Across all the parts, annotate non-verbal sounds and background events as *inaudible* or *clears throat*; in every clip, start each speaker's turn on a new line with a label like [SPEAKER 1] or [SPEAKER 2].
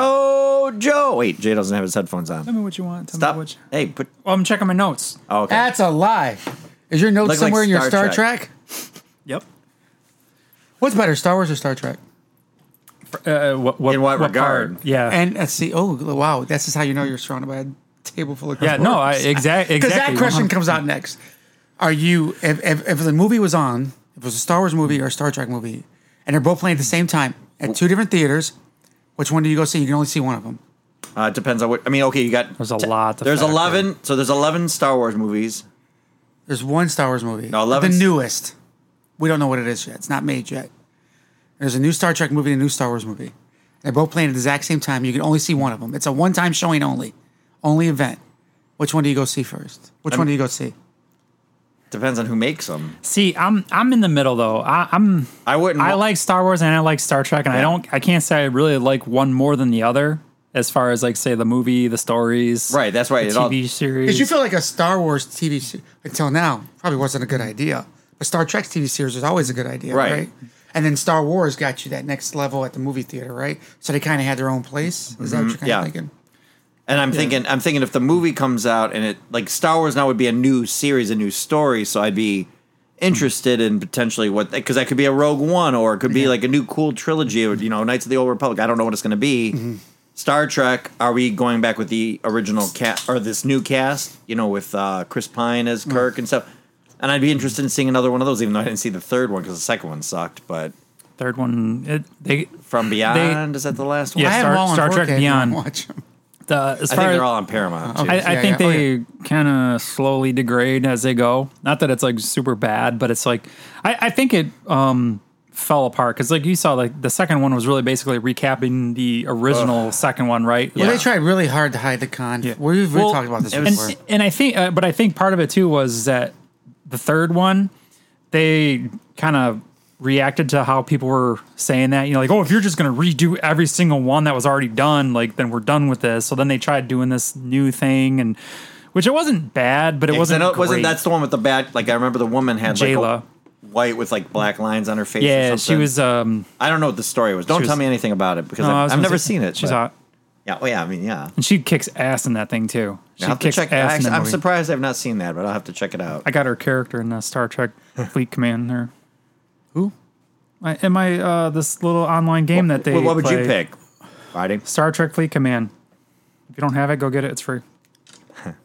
[SPEAKER 1] Yo, Joe. Wait, Jay doesn't have his headphones
[SPEAKER 2] Tell
[SPEAKER 1] on.
[SPEAKER 2] me what you want. Tell
[SPEAKER 1] Stop.
[SPEAKER 2] Me what you...
[SPEAKER 1] Hey, put.
[SPEAKER 2] Well, I'm checking my notes.
[SPEAKER 1] Oh, okay.
[SPEAKER 3] That's a lie. Is your note
[SPEAKER 1] Look like
[SPEAKER 3] somewhere in your
[SPEAKER 1] Star
[SPEAKER 3] Star
[SPEAKER 1] Trek.
[SPEAKER 3] Trek?
[SPEAKER 2] Yep.
[SPEAKER 3] What's better, Star Wars or Star Trek?
[SPEAKER 2] Uh, what, what,
[SPEAKER 1] In what regard?
[SPEAKER 2] part? Yeah.
[SPEAKER 3] And let's see. Oh, wow. This is how you know you're surrounded by a table full of.
[SPEAKER 2] yeah. No. I
[SPEAKER 3] *laughs*
[SPEAKER 2] exact, exactly. Uh-huh.
[SPEAKER 3] Because that question
[SPEAKER 2] 100
[SPEAKER 3] comes out next. Are you if, if if the movie was on, if it was a Star Wars movie or a Star Trek movie, and they're both playing at the same time at two different theaters, which one do you go see? You can only see one of them.
[SPEAKER 1] Uh, it depends on what. I mean, okay, you got.
[SPEAKER 2] There's a lot to
[SPEAKER 1] There's
[SPEAKER 2] factor in.
[SPEAKER 1] eleven. So there's eleven Star Wars movies.
[SPEAKER 3] There's one Star Wars movie.
[SPEAKER 1] No, 11's
[SPEAKER 3] The newest. We don't know what it is yet. It's not made yet. There's a new Star Trek movie and a new Star Wars movie. They're both playing at the exact same time. You can only see one of them. It's a one time showing only. Only event. Which one do you go see first? Which one do you go see?
[SPEAKER 1] Depends on who makes them.
[SPEAKER 2] See, I'm I'm in the middle though. I, I'm
[SPEAKER 1] I wouldn't.
[SPEAKER 2] I like Star Wars and I like Star Trek, and I
[SPEAKER 1] Yeah.
[SPEAKER 2] don't I can't say I really like one more than the other as far as like say the movie, the stories,
[SPEAKER 1] Right, that's why
[SPEAKER 2] the
[SPEAKER 1] it all-
[SPEAKER 2] TV
[SPEAKER 3] Because
[SPEAKER 2] series.
[SPEAKER 3] you feel like a Star Wars TV se- until now probably wasn't a good idea. But Star Trek's TV series was always a good idea,
[SPEAKER 1] Right.
[SPEAKER 3] right? And then Star Wars got you that next level at the movie theater, right? So they kind of had their own place. Is that what you're kind of
[SPEAKER 1] Mm-hmm. Yeah.
[SPEAKER 3] thinking?
[SPEAKER 1] And I'm thinking, I'm thinking if the movie comes out and it like Star Wars now would be a new series, a new story, so I'd
[SPEAKER 2] Hmm.
[SPEAKER 1] be interested in potentially what because that could be a Rogue One or it could be like a new cool trilogy, or, you know, Knights of the Old Republic. I don't know what it's going to be.
[SPEAKER 2] Mm-hmm.
[SPEAKER 1] Star Trek. Are we going back with the original cast or this new cast? You know, with uh, Chris Pine as Kirk
[SPEAKER 2] Hmm.
[SPEAKER 1] and stuff. And I'd be interested in seeing another one of those, even though I didn't see the third one because the second one sucked. But
[SPEAKER 2] Third one, it, they
[SPEAKER 1] From Beyond is that the last one?
[SPEAKER 2] Yeah,
[SPEAKER 3] I have
[SPEAKER 2] Star-
[SPEAKER 3] them all on
[SPEAKER 2] Star Trek
[SPEAKER 3] 4K if you wanna
[SPEAKER 2] Beyond.
[SPEAKER 3] Watch 'em.
[SPEAKER 2] the as
[SPEAKER 1] I
[SPEAKER 2] far
[SPEAKER 1] think
[SPEAKER 2] as,
[SPEAKER 1] they're all on Paramount. too.
[SPEAKER 2] I, I
[SPEAKER 3] Yeah,
[SPEAKER 2] think
[SPEAKER 3] yeah. Oh,
[SPEAKER 2] they kind of slowly degrade as they go. Not that it's like super bad, but it's like I, I think it um, fell apart because like you saw like the second one was really basically recapping the original second one, right?
[SPEAKER 3] Well,
[SPEAKER 2] Like,
[SPEAKER 3] they tried really hard to hide the con.
[SPEAKER 2] Yeah.
[SPEAKER 3] We've, we've
[SPEAKER 2] Well,
[SPEAKER 3] talked about this
[SPEAKER 1] it was-
[SPEAKER 3] before.
[SPEAKER 2] and, and I think, uh, but I think part of it too was that the third one, they kind of reacted to how people were saying that, you know, like, oh, if you're just going to redo every single one that was already done, like, then we're done with this. So then they tried doing this new thing, and which it wasn't bad, but it wasn't.
[SPEAKER 1] Because I know it wasn't
[SPEAKER 2] great.
[SPEAKER 1] that's the one with the bad like I remember the woman had like
[SPEAKER 2] Jayla.
[SPEAKER 1] a white with like black lines on her face. or
[SPEAKER 2] yeah, she
[SPEAKER 1] something.
[SPEAKER 2] was. um
[SPEAKER 1] I don't know what the story was. Don't
[SPEAKER 2] was-
[SPEAKER 1] tell me anything about it because
[SPEAKER 2] no, I
[SPEAKER 1] I've,
[SPEAKER 2] was
[SPEAKER 1] I've
[SPEAKER 2] gonna
[SPEAKER 1] never
[SPEAKER 2] say-
[SPEAKER 1] seen it.
[SPEAKER 2] She's
[SPEAKER 1] but-
[SPEAKER 2] hot,
[SPEAKER 1] Yeah, well, yeah. I mean, yeah.
[SPEAKER 2] and she kicks ass in that thing too. She
[SPEAKER 1] I'll have to
[SPEAKER 2] kicks
[SPEAKER 1] check.
[SPEAKER 2] ass. in
[SPEAKER 1] I,
[SPEAKER 2] that
[SPEAKER 1] I'm
[SPEAKER 2] movie.
[SPEAKER 1] surprised I've not seen that, but I'll have to check it out.
[SPEAKER 2] I got her character in uh, Star Trek Fleet Command there. Who? I, am I uh, this little online game that they?
[SPEAKER 1] Well, what would you
[SPEAKER 2] play.
[SPEAKER 1] pick? Friday.
[SPEAKER 2] Star Trek Fleet Command. If you don't have it, go get it. It's free.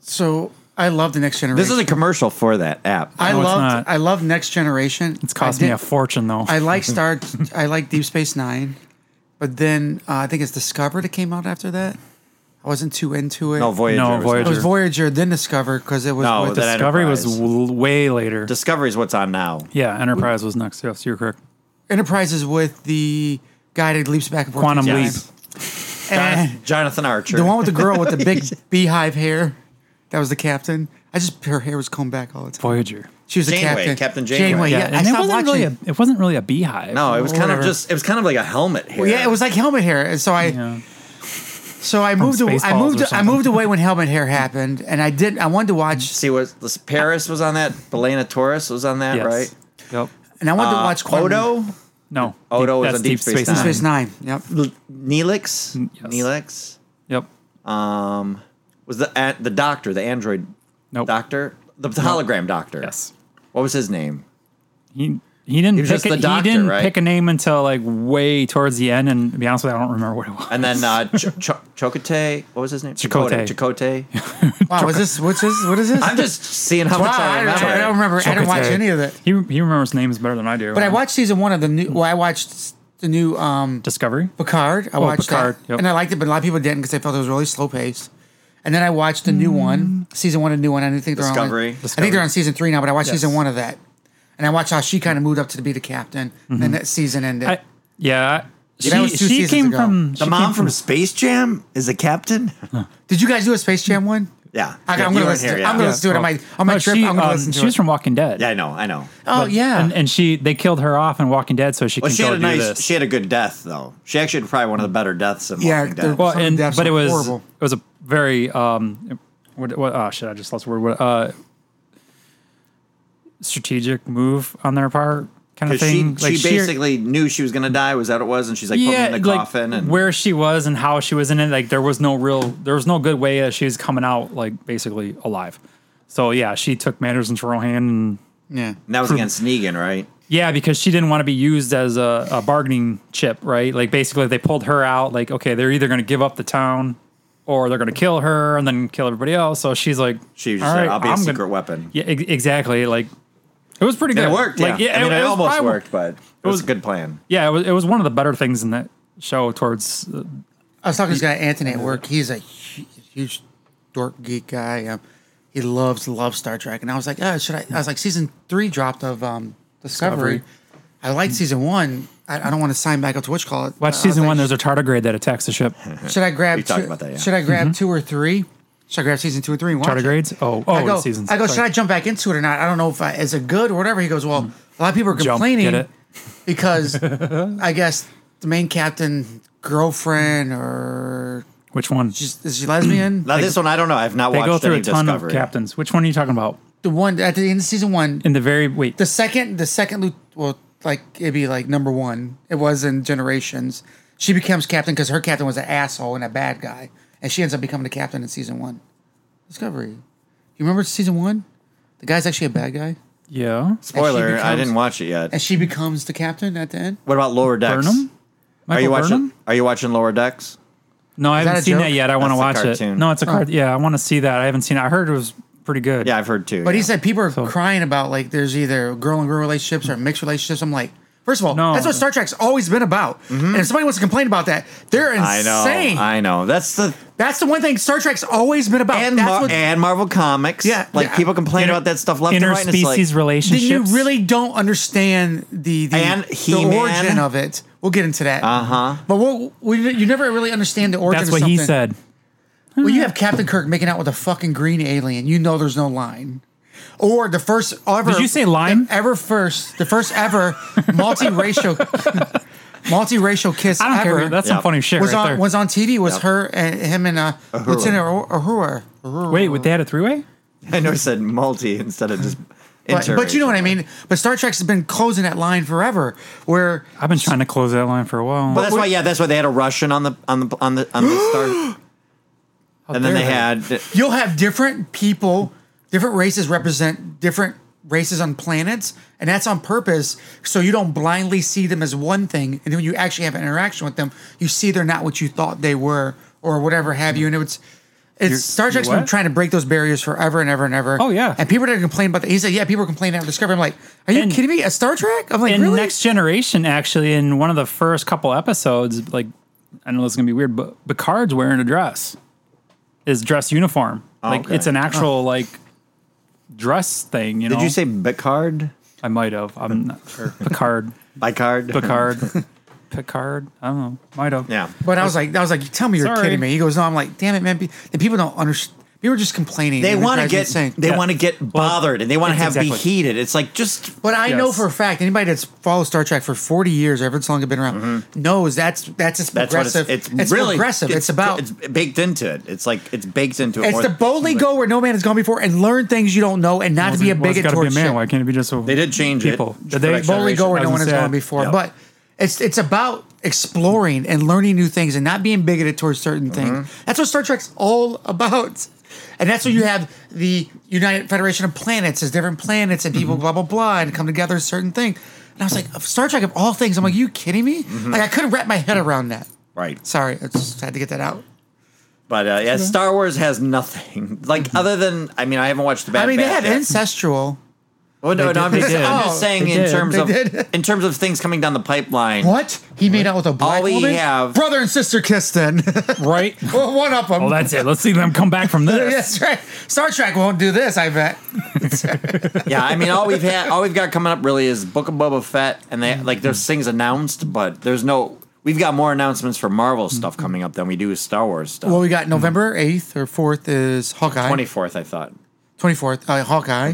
[SPEAKER 3] so I love the next generation.
[SPEAKER 1] This is a commercial for that app.
[SPEAKER 3] I
[SPEAKER 2] No, it's not.
[SPEAKER 3] loved. I love next generation.
[SPEAKER 2] It's cost me a fortune though.
[SPEAKER 3] I like Star.
[SPEAKER 2] *laughs*
[SPEAKER 3] I like Deep Space Nine, but then uh, I think it's Discover that came out after that. I wasn't too into it.
[SPEAKER 1] no Voyager.
[SPEAKER 2] No,
[SPEAKER 1] was-
[SPEAKER 2] Voyager.
[SPEAKER 3] It was Voyager, then Discover, because it was
[SPEAKER 1] No,
[SPEAKER 3] with
[SPEAKER 1] that
[SPEAKER 3] the-
[SPEAKER 1] I-
[SPEAKER 2] Discovery was
[SPEAKER 1] Enterprise.
[SPEAKER 2] w- way later.
[SPEAKER 1] Discovery is what's on now.
[SPEAKER 2] yeah, Enterprise was next. Yes, you're correct.
[SPEAKER 3] Enterprise is with the guy that leaps back and forth.
[SPEAKER 2] Quantum
[SPEAKER 3] through
[SPEAKER 2] Leap.
[SPEAKER 3] time.
[SPEAKER 2] Eh.
[SPEAKER 3] And
[SPEAKER 1] Jonathan Archer.
[SPEAKER 3] the one with the girl with the
[SPEAKER 2] *laughs*
[SPEAKER 3] big beehive hair. That was the captain. I just her hair was combed back all the time.
[SPEAKER 2] Voyager.
[SPEAKER 3] She was the
[SPEAKER 1] Janeway,
[SPEAKER 3] captain.
[SPEAKER 1] Captain Janeway.
[SPEAKER 3] Janeway, yeah.
[SPEAKER 2] and
[SPEAKER 3] I
[SPEAKER 2] it
[SPEAKER 3] stopped
[SPEAKER 2] wasn't
[SPEAKER 3] watching.
[SPEAKER 2] really a it wasn't really a beehive.
[SPEAKER 1] no, it was kind of
[SPEAKER 3] Whatever.
[SPEAKER 1] just. It was kind of like a helmet here.
[SPEAKER 3] Well, yeah, it was like helmet hair. And so I,
[SPEAKER 2] Yeah.
[SPEAKER 3] so I moved, away, I
[SPEAKER 2] Spaceballs or
[SPEAKER 3] moved, I
[SPEAKER 2] something.
[SPEAKER 3] moved away when helmet hair happened, and I did. I wanted to watch,
[SPEAKER 1] See, was this Paris was on that? Belena Torres was on that,
[SPEAKER 2] Yes.
[SPEAKER 1] right?
[SPEAKER 2] Yep.
[SPEAKER 3] and I wanted to
[SPEAKER 1] Uh,
[SPEAKER 3] watch Quantum
[SPEAKER 1] Odo.
[SPEAKER 2] No.
[SPEAKER 1] Odo is
[SPEAKER 2] that's
[SPEAKER 1] Oh, on Deep Space
[SPEAKER 3] Deep Space Nine. Yep.
[SPEAKER 1] L- Neelix,
[SPEAKER 2] yes.
[SPEAKER 1] Neelix
[SPEAKER 2] Yep.
[SPEAKER 1] um, was the uh, the doctor, the android
[SPEAKER 2] Nope.
[SPEAKER 1] doctor, the, the hologram doctor.
[SPEAKER 2] Yes.
[SPEAKER 1] What was his name?
[SPEAKER 2] He he didn't
[SPEAKER 1] was
[SPEAKER 2] pick
[SPEAKER 1] just
[SPEAKER 2] a,
[SPEAKER 1] the doctor,
[SPEAKER 2] he didn't
[SPEAKER 1] right?
[SPEAKER 2] pick a name until like way towards the end, and to be honest with you, I don't remember what it was.
[SPEAKER 1] And then uh, Ch- Ch- Chakotay. What was his name?
[SPEAKER 2] Chakotay.
[SPEAKER 1] Chakotay. Chakotay.
[SPEAKER 3] Wow, is this what's this? What is this?
[SPEAKER 1] I'm just seeing how
[SPEAKER 3] wow,
[SPEAKER 1] much I
[SPEAKER 3] I,
[SPEAKER 1] remember.
[SPEAKER 3] I don't remember. I didn't watch
[SPEAKER 2] Chakotay.
[SPEAKER 3] any of it.
[SPEAKER 2] *laughs* He he remembers names better than I do. Um,
[SPEAKER 3] But I watched season one of the new. Well, I watched the new um
[SPEAKER 2] Discovery.
[SPEAKER 3] Picard. I watched
[SPEAKER 2] Picard,
[SPEAKER 3] that,
[SPEAKER 2] yep.
[SPEAKER 3] and I liked it, but a lot of people didn't because they felt it was really slow paced. And then I watched the new one, season one, a new one. I didn't think they're
[SPEAKER 1] Discovery.
[SPEAKER 3] on. I
[SPEAKER 1] Discovery.
[SPEAKER 3] think they're on season three now, but I watched
[SPEAKER 2] Yes.
[SPEAKER 3] season one of that, and I watched how she kind of moved up to be the captain, and then that season ended.
[SPEAKER 2] I, yeah. She,
[SPEAKER 3] That was two
[SPEAKER 2] she
[SPEAKER 3] seasons
[SPEAKER 2] came
[SPEAKER 3] ago.
[SPEAKER 2] from
[SPEAKER 1] the
[SPEAKER 2] she
[SPEAKER 1] mom
[SPEAKER 2] came
[SPEAKER 1] from Space Jam is the captain.
[SPEAKER 3] Did you guys do a Space Jam one?
[SPEAKER 1] yeah,
[SPEAKER 3] I,
[SPEAKER 1] Yeah,
[SPEAKER 3] I'm
[SPEAKER 1] you
[SPEAKER 3] gonna
[SPEAKER 1] weren't
[SPEAKER 3] listen.
[SPEAKER 1] here,
[SPEAKER 3] to,
[SPEAKER 1] yeah.
[SPEAKER 3] I'm gonna listen to it on my on my
[SPEAKER 2] no,
[SPEAKER 3] trip.
[SPEAKER 2] She,
[SPEAKER 3] I'm gonna
[SPEAKER 2] um,
[SPEAKER 3] listen to
[SPEAKER 2] she was
[SPEAKER 3] it.
[SPEAKER 2] from Walking Dead.
[SPEAKER 1] Yeah, I know. I know.
[SPEAKER 3] oh yeah,
[SPEAKER 2] And, and she they killed her off in Walking Dead, so she
[SPEAKER 1] Well,
[SPEAKER 2] can
[SPEAKER 1] she
[SPEAKER 2] go
[SPEAKER 1] had a
[SPEAKER 2] do
[SPEAKER 1] nice.
[SPEAKER 2] this.
[SPEAKER 1] She had a good death though. She actually had probably one of the better deaths in
[SPEAKER 3] Yeah,
[SPEAKER 1] Walking
[SPEAKER 3] they're-
[SPEAKER 1] Death.
[SPEAKER 2] well,
[SPEAKER 3] some
[SPEAKER 2] and
[SPEAKER 3] deaths
[SPEAKER 2] but it
[SPEAKER 3] were
[SPEAKER 2] was
[SPEAKER 3] horrible.
[SPEAKER 2] it was a very um, what, what oh shit, I just lost the word. What, Uh, strategic move on their part, kind of
[SPEAKER 1] 'Cause she,
[SPEAKER 2] thing. like
[SPEAKER 1] she basically knew she was gonna die. Was that what it was? And she's like put me in the
[SPEAKER 2] like,
[SPEAKER 1] coffin and
[SPEAKER 2] where she was and how she was in it. Like there was no real, there was no good way that she was coming out like basically alive. So yeah, she took matters into her own hand, and
[SPEAKER 3] Yeah.
[SPEAKER 1] and that was against Negan, right?
[SPEAKER 2] yeah, because she didn't want to be used as a, a bargaining chip, right? Like basically they pulled her out. Like okay, they're either going to give up the town or they're going to kill her and then kill everybody else. So she's like,
[SPEAKER 1] She just
[SPEAKER 2] "All
[SPEAKER 1] said,
[SPEAKER 2] right,
[SPEAKER 1] "I'll be a
[SPEAKER 2] I'm gonna-
[SPEAKER 1] secret weapon."
[SPEAKER 2] Yeah, ex- exactly. Like it was pretty good.
[SPEAKER 1] And it worked.
[SPEAKER 2] Like,
[SPEAKER 1] yeah, I mean, it,
[SPEAKER 2] was
[SPEAKER 1] almost
[SPEAKER 2] probably-
[SPEAKER 1] worked, but it was, a good plan.
[SPEAKER 2] Yeah, it was, it was one of the better things in that show towards uh,
[SPEAKER 3] I was talking to this guy Anthony at work. He's a hu- huge dork geek guy. Um, he loves loves Star Trek, and I was like, oh, should I? I was like, season three dropped of um, Discovery.
[SPEAKER 2] Discovery.
[SPEAKER 3] I liked season one. I, I don't want to sign back up to which call it. Uh,
[SPEAKER 2] Watch season one. There's a tardigrade that attacks the ship.
[SPEAKER 3] should I grab?
[SPEAKER 1] We talked
[SPEAKER 3] two-
[SPEAKER 1] about that, yeah. Mm-hmm.
[SPEAKER 3] Should I grab two or three? Should I grab season two and three? And watch it?
[SPEAKER 2] Tardigrades? Oh, oh,
[SPEAKER 3] I go,
[SPEAKER 2] seasons.
[SPEAKER 3] I go,
[SPEAKER 2] Sorry.
[SPEAKER 3] should I jump back into it or not? I don't know if I, is it good or whatever. He goes, well, a lot of people are
[SPEAKER 2] Jump,
[SPEAKER 3] complaining
[SPEAKER 2] get it? *laughs*
[SPEAKER 3] because I guess the main captain girlfriend or
[SPEAKER 2] Which one?
[SPEAKER 3] she's, is she lesbian?
[SPEAKER 2] *clears throat*
[SPEAKER 1] Now this one, I don't know. I've not
[SPEAKER 2] They go
[SPEAKER 1] watched
[SPEAKER 2] through
[SPEAKER 1] any
[SPEAKER 2] a ton
[SPEAKER 1] Discovery.
[SPEAKER 2] of captains. Which one are you talking about?
[SPEAKER 3] the one at the end of season one,
[SPEAKER 2] In the very wait,
[SPEAKER 3] the second, the second, lieu- well, like it'd be like number one. It was in Generations. She becomes captain because her captain was an asshole and a bad guy, and she ends up becoming the captain in season one. Discovery. You remember season one? The guy's actually a bad guy,
[SPEAKER 2] yeah,
[SPEAKER 1] Spoiler:
[SPEAKER 3] And she
[SPEAKER 1] I
[SPEAKER 3] becomes-
[SPEAKER 1] didn't watch it yet.
[SPEAKER 3] and she becomes the captain at the end.
[SPEAKER 1] What about Lower Decks?
[SPEAKER 2] Burnham.
[SPEAKER 1] Are
[SPEAKER 2] Michael
[SPEAKER 1] you watching?
[SPEAKER 2] Burnham?
[SPEAKER 1] Are you watching Lower Decks?
[SPEAKER 2] No, I
[SPEAKER 3] that
[SPEAKER 2] haven't
[SPEAKER 3] a
[SPEAKER 2] seen
[SPEAKER 3] joke?
[SPEAKER 2] that yet. I want to watch
[SPEAKER 1] That's a
[SPEAKER 2] it.
[SPEAKER 1] cartoon. Oh.
[SPEAKER 2] No, it's a card. Yeah, I want to see that. I haven't seen it. I heard it was pretty good.
[SPEAKER 1] Yeah, I've heard too.
[SPEAKER 3] But
[SPEAKER 1] yeah.
[SPEAKER 3] he said people are crying about like there's either girl and girl relationships or mixed relationships. I'm like, first of all,
[SPEAKER 2] No.
[SPEAKER 3] that's what Star Trek's always been about. And if somebody wants to complain about that, they're
[SPEAKER 1] Mm-hmm. I know.
[SPEAKER 3] insane.
[SPEAKER 1] I know. That's the
[SPEAKER 3] that's the one thing Star Trek's always been about.
[SPEAKER 1] and,
[SPEAKER 3] that's
[SPEAKER 1] Mar-
[SPEAKER 3] what,
[SPEAKER 1] and Marvel Comics.
[SPEAKER 3] Yeah,
[SPEAKER 1] like
[SPEAKER 3] yeah.
[SPEAKER 1] people complain
[SPEAKER 2] Inter-
[SPEAKER 1] about that stuff left and right. And
[SPEAKER 2] interspecies
[SPEAKER 1] it's like,
[SPEAKER 3] then
[SPEAKER 2] relationships.
[SPEAKER 3] you really don't understand the the,
[SPEAKER 1] And
[SPEAKER 3] the
[SPEAKER 1] He-Man.
[SPEAKER 3] origin of it. We'll get into that. Uh
[SPEAKER 1] Uh-huh.
[SPEAKER 3] But we'll, we you never really understand the origin.
[SPEAKER 2] That's
[SPEAKER 3] of
[SPEAKER 2] what he
[SPEAKER 3] something.
[SPEAKER 2] said.
[SPEAKER 3] Well, you have Captain Kirk making out with a fucking green alien. You know there's no line. Or the first ever.
[SPEAKER 2] Did you say line?
[SPEAKER 3] the ever first, the first
[SPEAKER 2] *laughs*
[SPEAKER 3] ever multiracial, *laughs* multiracial kiss
[SPEAKER 2] I don't
[SPEAKER 3] ever.
[SPEAKER 2] care. That's
[SPEAKER 1] Yeah.
[SPEAKER 2] some funny shit
[SPEAKER 3] was
[SPEAKER 2] right
[SPEAKER 3] on
[SPEAKER 2] there.
[SPEAKER 3] was on TV. Was
[SPEAKER 1] Yep.
[SPEAKER 3] her and him and uh, Lieutenant Uhura. Uhura.
[SPEAKER 2] wait, they had a three way?
[SPEAKER 1] *laughs* I know he said multi instead of just.
[SPEAKER 3] But, but you know what I mean. But Star Trek's has been closing that line forever. Where
[SPEAKER 2] I've been trying to close that line for a while.
[SPEAKER 1] But that's why, yeah, that's why they had a Russian on the on the on the on
[SPEAKER 3] *gasps*
[SPEAKER 1] the
[SPEAKER 2] How
[SPEAKER 1] star, and then
[SPEAKER 2] dare
[SPEAKER 1] they had
[SPEAKER 3] you'll have different people, different races represent different races on planets, and that's on purpose. So you don't blindly see them as one thing, and then when you actually have an interaction with them, you see they're not what you thought they were, or whatever have you. And it's it's Star Trek's
[SPEAKER 2] you're
[SPEAKER 3] been
[SPEAKER 2] what?
[SPEAKER 3] trying to break those barriers forever and ever and ever.
[SPEAKER 2] Oh, yeah.
[SPEAKER 3] and people that complain about that. He said, "Yeah, people complain about Discovery." I'm like, "Are you
[SPEAKER 2] And-
[SPEAKER 3] kidding me? A Star Trek?" I'm like,
[SPEAKER 2] in
[SPEAKER 3] "Really?"
[SPEAKER 2] Next Generation, actually, in one of the first couple episodes, like I know this is gonna be weird, but Picard's wearing a dress, his dress uniform. Like
[SPEAKER 1] Oh, okay.
[SPEAKER 2] it's an actual like dress thing. You know,
[SPEAKER 1] Did you say Picard?
[SPEAKER 2] I might have. I'm not sure. Picard,
[SPEAKER 1] *laughs* Picard. *laughs*
[SPEAKER 2] Picard, Picard. I don't know. Might have.
[SPEAKER 1] Yeah.
[SPEAKER 3] but I was like, "I was like, tell me you're
[SPEAKER 2] Sorry.
[SPEAKER 3] kidding me." He goes, "No." I'm like, "Damn it, man!" Be- The people don't understand. People are just complaining.
[SPEAKER 1] They
[SPEAKER 3] and it
[SPEAKER 1] want to
[SPEAKER 3] drives me
[SPEAKER 1] get
[SPEAKER 3] insane.
[SPEAKER 1] they
[SPEAKER 2] Yeah.
[SPEAKER 1] want to get bothered and they want to
[SPEAKER 2] it's
[SPEAKER 1] have be
[SPEAKER 2] exactly-
[SPEAKER 1] heated. It's like just
[SPEAKER 3] But I know
[SPEAKER 2] Yes.
[SPEAKER 3] for a fact anybody that's followed Star Trek for forty years, or ever so long I've been around, knows that's that's just
[SPEAKER 1] Mm-hmm. that's what it's
[SPEAKER 3] progressive.
[SPEAKER 1] it's, really
[SPEAKER 3] progressive. It's, about
[SPEAKER 1] it's
[SPEAKER 3] it's,
[SPEAKER 1] baked into it. It's like it's baked into it. more
[SPEAKER 3] the
[SPEAKER 1] than-
[SPEAKER 3] boldly go where no man has gone before and learn things you don't know and not to be a
[SPEAKER 2] Well, it's
[SPEAKER 3] bigot
[SPEAKER 2] gotta be a
[SPEAKER 3] towards
[SPEAKER 2] man.
[SPEAKER 3] shit.
[SPEAKER 2] Why can't it be just a
[SPEAKER 1] They did change it
[SPEAKER 2] people?
[SPEAKER 1] for
[SPEAKER 2] Did they
[SPEAKER 1] that
[SPEAKER 3] boldly go where
[SPEAKER 2] I
[SPEAKER 3] no
[SPEAKER 2] was
[SPEAKER 3] one
[SPEAKER 2] gonna
[SPEAKER 3] has
[SPEAKER 2] say,
[SPEAKER 3] gone before.
[SPEAKER 1] yeah.
[SPEAKER 3] But it's it's about exploring and learning new things and not being bigoted towards certain
[SPEAKER 1] Mm-hmm.
[SPEAKER 3] things. That's what Star Trek's all about. And that's where you
[SPEAKER 1] Mm-hmm.
[SPEAKER 3] have the United Federation of Planets as different planets and
[SPEAKER 1] Mm-hmm.
[SPEAKER 3] people blah blah blah and come together a certain thing. And I was like, of Star Trek of all things, I'm like, you kidding me?
[SPEAKER 1] Mm-hmm.
[SPEAKER 3] Like I couldn't wrap my head around that.
[SPEAKER 1] right.
[SPEAKER 3] Sorry, I just had to get that out.
[SPEAKER 1] But uh, yeah, Star Wars has nothing *laughs*
[SPEAKER 2] Mm-hmm.
[SPEAKER 1] like other than I mean I haven't watched the Bad
[SPEAKER 3] I mean, they
[SPEAKER 1] Batch
[SPEAKER 3] had
[SPEAKER 1] yet.
[SPEAKER 3] ancestral.
[SPEAKER 1] Well, no,
[SPEAKER 2] They
[SPEAKER 1] no, I'm
[SPEAKER 2] did.
[SPEAKER 1] just,
[SPEAKER 2] They did.
[SPEAKER 1] I'm just
[SPEAKER 3] Oh,
[SPEAKER 1] saying
[SPEAKER 2] they
[SPEAKER 1] in
[SPEAKER 2] did.
[SPEAKER 1] terms
[SPEAKER 3] They
[SPEAKER 1] of
[SPEAKER 3] did.
[SPEAKER 1] in terms of things coming down the pipeline.
[SPEAKER 3] What he made out with a black
[SPEAKER 1] All we
[SPEAKER 3] woman?
[SPEAKER 1] have-
[SPEAKER 3] brother and sister kissed. Then
[SPEAKER 2] Right.
[SPEAKER 3] *laughs* one of them.
[SPEAKER 2] Well, that's it. Let's see them come back
[SPEAKER 3] *laughs*
[SPEAKER 2] from this.
[SPEAKER 3] That's right. Star Trek won't do this, I bet.
[SPEAKER 1] Yeah, I mean all we've had, all we've got coming up really is Book of Boba Fett, and they like
[SPEAKER 2] Mm-hmm.
[SPEAKER 1] there's things announced, but there's no. We've got more announcements for Marvel stuff
[SPEAKER 2] Mm-hmm.
[SPEAKER 1] coming up than we do Star Wars stuff.
[SPEAKER 3] Well, we got November 8th or 4th is
[SPEAKER 1] Twenty
[SPEAKER 3] Hawkeye.
[SPEAKER 1] fourth, I thought.
[SPEAKER 2] Mm-hmm.
[SPEAKER 3] 24th, uh, Hawkeye.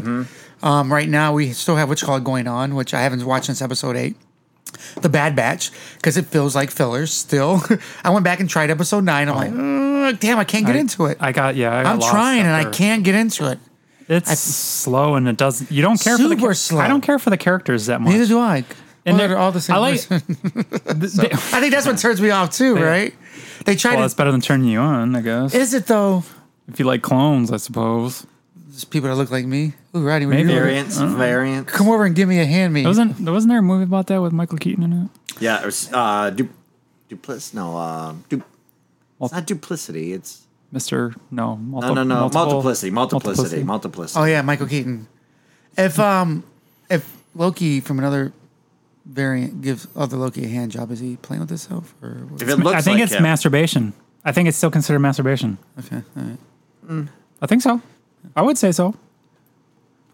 [SPEAKER 3] Um, right now, we still have what's called going on, which I haven't watched since episode 8. The Bad Batch, because it feels like fillers still. *laughs* I went back and tried episode 9. I'm like, "Ugh, damn, I can't get into it.
[SPEAKER 2] I got yeah. I got
[SPEAKER 3] I'm
[SPEAKER 2] lost
[SPEAKER 3] trying and I
[SPEAKER 2] after-
[SPEAKER 3] can't get into it.
[SPEAKER 2] It's
[SPEAKER 3] I-
[SPEAKER 2] slow and it doesn't. You don't care for the
[SPEAKER 3] Super
[SPEAKER 2] char-
[SPEAKER 3] slow.
[SPEAKER 2] I don't care for the characters that much.
[SPEAKER 3] Neither do I.
[SPEAKER 2] And
[SPEAKER 3] And they're all the same.
[SPEAKER 2] I like. *laughs*
[SPEAKER 3] person. *laughs*
[SPEAKER 2] they-
[SPEAKER 3] I think that's what turns me off too, right? They try
[SPEAKER 2] well, it's
[SPEAKER 3] to.
[SPEAKER 2] better than turning you on, I guess.
[SPEAKER 3] Is it though?
[SPEAKER 2] if you like clones, I suppose.
[SPEAKER 3] Just people that look like me. Ooh, Roddy, when
[SPEAKER 2] Maybe.
[SPEAKER 3] you were-
[SPEAKER 1] Variants,
[SPEAKER 2] Uh-huh.
[SPEAKER 1] variants.
[SPEAKER 3] come over and give me a hand, me.
[SPEAKER 2] Wasn't wasn't there a movie about that with Michael Keaton in it?
[SPEAKER 1] Yeah, or, s- uh, du- duplicity. No, uh, du- it's not duplicity. It's
[SPEAKER 2] Mister
[SPEAKER 1] no,
[SPEAKER 2] No. multi-
[SPEAKER 1] no, no.
[SPEAKER 2] multiple-
[SPEAKER 1] multiplicity, multiplicity, multiplicity.
[SPEAKER 3] Oh yeah, Michael Keaton. If um, if Loki from another variant gives other Loki a hand job, is he playing with himself or? What?
[SPEAKER 1] If it looks
[SPEAKER 2] Oh, I think
[SPEAKER 1] like
[SPEAKER 2] it's
[SPEAKER 1] him.
[SPEAKER 2] masturbation. I think it's still considered masturbation.
[SPEAKER 3] Okay, all right.
[SPEAKER 2] I think so. I would say so.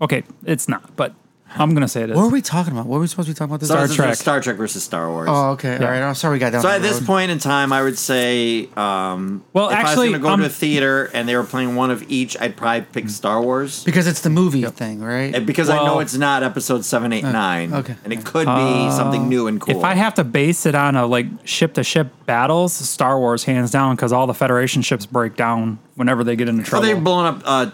[SPEAKER 2] Okay, it's not, but I'm gonna say it is.
[SPEAKER 3] What were we talking about? What were we supposed to be talking about? This
[SPEAKER 1] So
[SPEAKER 3] Star
[SPEAKER 1] this is
[SPEAKER 2] Trek.
[SPEAKER 1] Star Trek versus Star Wars.
[SPEAKER 3] Oh, okay.
[SPEAKER 2] Yeah.
[SPEAKER 3] All right. I'm sorry, we got down.
[SPEAKER 1] So
[SPEAKER 3] that
[SPEAKER 1] at this
[SPEAKER 3] road.
[SPEAKER 1] point in time, I would say, um,
[SPEAKER 2] Well,
[SPEAKER 1] if I was
[SPEAKER 2] actually, Mm.
[SPEAKER 1] going to go
[SPEAKER 2] um,
[SPEAKER 1] to a theater and they were playing one of each, I'd probably pick Star Wars
[SPEAKER 3] because it's the movie thing, right?
[SPEAKER 1] And Eh, because I know
[SPEAKER 2] Well- Uh,
[SPEAKER 1] it's not episode seven, eight, nine,
[SPEAKER 3] okay.
[SPEAKER 1] and it could be something new and cool.
[SPEAKER 2] If I have to base it on a like ship to ship battles, Star Wars hands down because all the Federation ships break down whenever they get into
[SPEAKER 1] Well,
[SPEAKER 2] trouble.
[SPEAKER 1] they've blown up uh,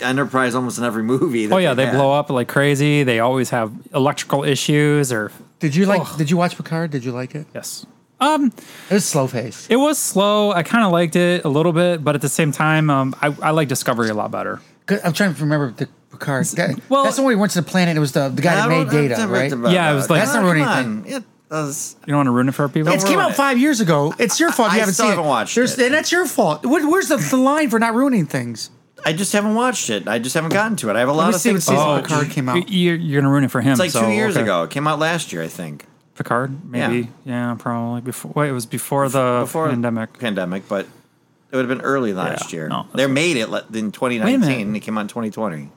[SPEAKER 1] Enterprise almost in every movie.
[SPEAKER 2] oh yeah, they blow up like crazy. They always have electrical issues or
[SPEAKER 3] Did you like? Did you watch Picard? Did you like it?
[SPEAKER 2] yes.
[SPEAKER 3] It was slow paced.
[SPEAKER 2] It was slow. I kind of liked it a little bit, but at the same time, um, I, I like Discovery a lot better.
[SPEAKER 3] 'Cause I'm trying to remember the Picard. That,
[SPEAKER 2] well-
[SPEAKER 3] that's the one we went to the planet. It was the the guy that made Data, right?
[SPEAKER 2] Yeah, it was like-
[SPEAKER 1] that's
[SPEAKER 2] That's
[SPEAKER 1] not
[SPEAKER 3] not
[SPEAKER 1] ruining
[SPEAKER 3] ruining
[SPEAKER 1] It uh, was,
[SPEAKER 2] You don't want to ruin it for people.
[SPEAKER 3] It came
[SPEAKER 1] ruin
[SPEAKER 3] out
[SPEAKER 1] it.
[SPEAKER 3] five years ago. It's your fault.
[SPEAKER 1] I
[SPEAKER 3] You haven't
[SPEAKER 1] still
[SPEAKER 3] seen
[SPEAKER 1] haven't
[SPEAKER 3] it.
[SPEAKER 1] watched
[SPEAKER 3] There's,
[SPEAKER 1] it.
[SPEAKER 3] And that's your fault. Where, where's the, the line for not ruining things?
[SPEAKER 1] I just haven't watched it. I just haven't gotten to it. I have a lot
[SPEAKER 3] me
[SPEAKER 1] of
[SPEAKER 3] see what
[SPEAKER 1] things. to
[SPEAKER 3] season
[SPEAKER 2] Oh,
[SPEAKER 1] watch.
[SPEAKER 3] it Picard came out.
[SPEAKER 2] You're, you're gonna ruin it for him.
[SPEAKER 1] It's like
[SPEAKER 2] so,
[SPEAKER 1] two years
[SPEAKER 2] okay.
[SPEAKER 1] ago. It came out last year, I think,
[SPEAKER 2] Picard, maybe. Yeah, probably before. Wait, it was before the
[SPEAKER 1] before
[SPEAKER 2] pandemic.
[SPEAKER 1] Pandemic, but it would have been early last
[SPEAKER 2] Yeah,
[SPEAKER 1] year.
[SPEAKER 2] no, that's
[SPEAKER 1] they made it le- in 2019. and
[SPEAKER 2] minute.
[SPEAKER 1] It came out in 2020.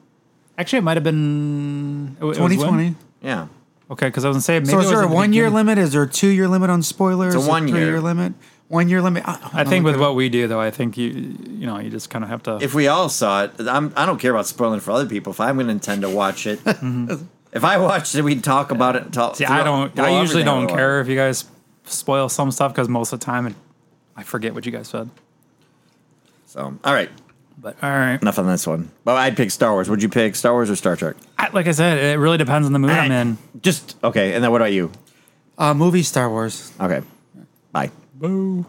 [SPEAKER 2] Actually, it might have been it was when?
[SPEAKER 3] 2020.
[SPEAKER 1] Yeah,
[SPEAKER 2] Okay, because I was gonna say maybe.
[SPEAKER 3] So
[SPEAKER 2] it
[SPEAKER 3] is
[SPEAKER 2] was
[SPEAKER 3] there
[SPEAKER 2] at
[SPEAKER 3] a
[SPEAKER 2] the
[SPEAKER 3] one year
[SPEAKER 2] beginning.
[SPEAKER 3] limit? Is there a two year limit on spoilers?
[SPEAKER 1] It's a one
[SPEAKER 3] three
[SPEAKER 1] year.
[SPEAKER 3] year limit. One year limit. I,
[SPEAKER 2] I think
[SPEAKER 3] look
[SPEAKER 2] with
[SPEAKER 3] it up.
[SPEAKER 2] what we do though, I think you you know you just kind of have to.
[SPEAKER 1] if we all saw it, I'm, I don't care about spoiling for other people. If I'm going to intend to watch
[SPEAKER 2] *laughs*
[SPEAKER 1] it, if I watched it, we'd talk about it. And talk,
[SPEAKER 2] Mm-hmm. See, I don't. I
[SPEAKER 1] throw
[SPEAKER 2] usually
[SPEAKER 1] everything
[SPEAKER 2] don't
[SPEAKER 1] out.
[SPEAKER 2] care if you guys spoil some stuff because most of the time it, I forget what you guys said.
[SPEAKER 1] So, all right,
[SPEAKER 2] But all right,
[SPEAKER 1] enough on this one. Well, I'd pick Star Wars. Would you pick Star Wars or Star Trek?
[SPEAKER 2] I, like I said, it really depends on the mood I'm in.
[SPEAKER 1] Just okay. And then what about you?
[SPEAKER 3] uh, movie Star Wars.
[SPEAKER 1] Okay, bye.
[SPEAKER 2] Boo.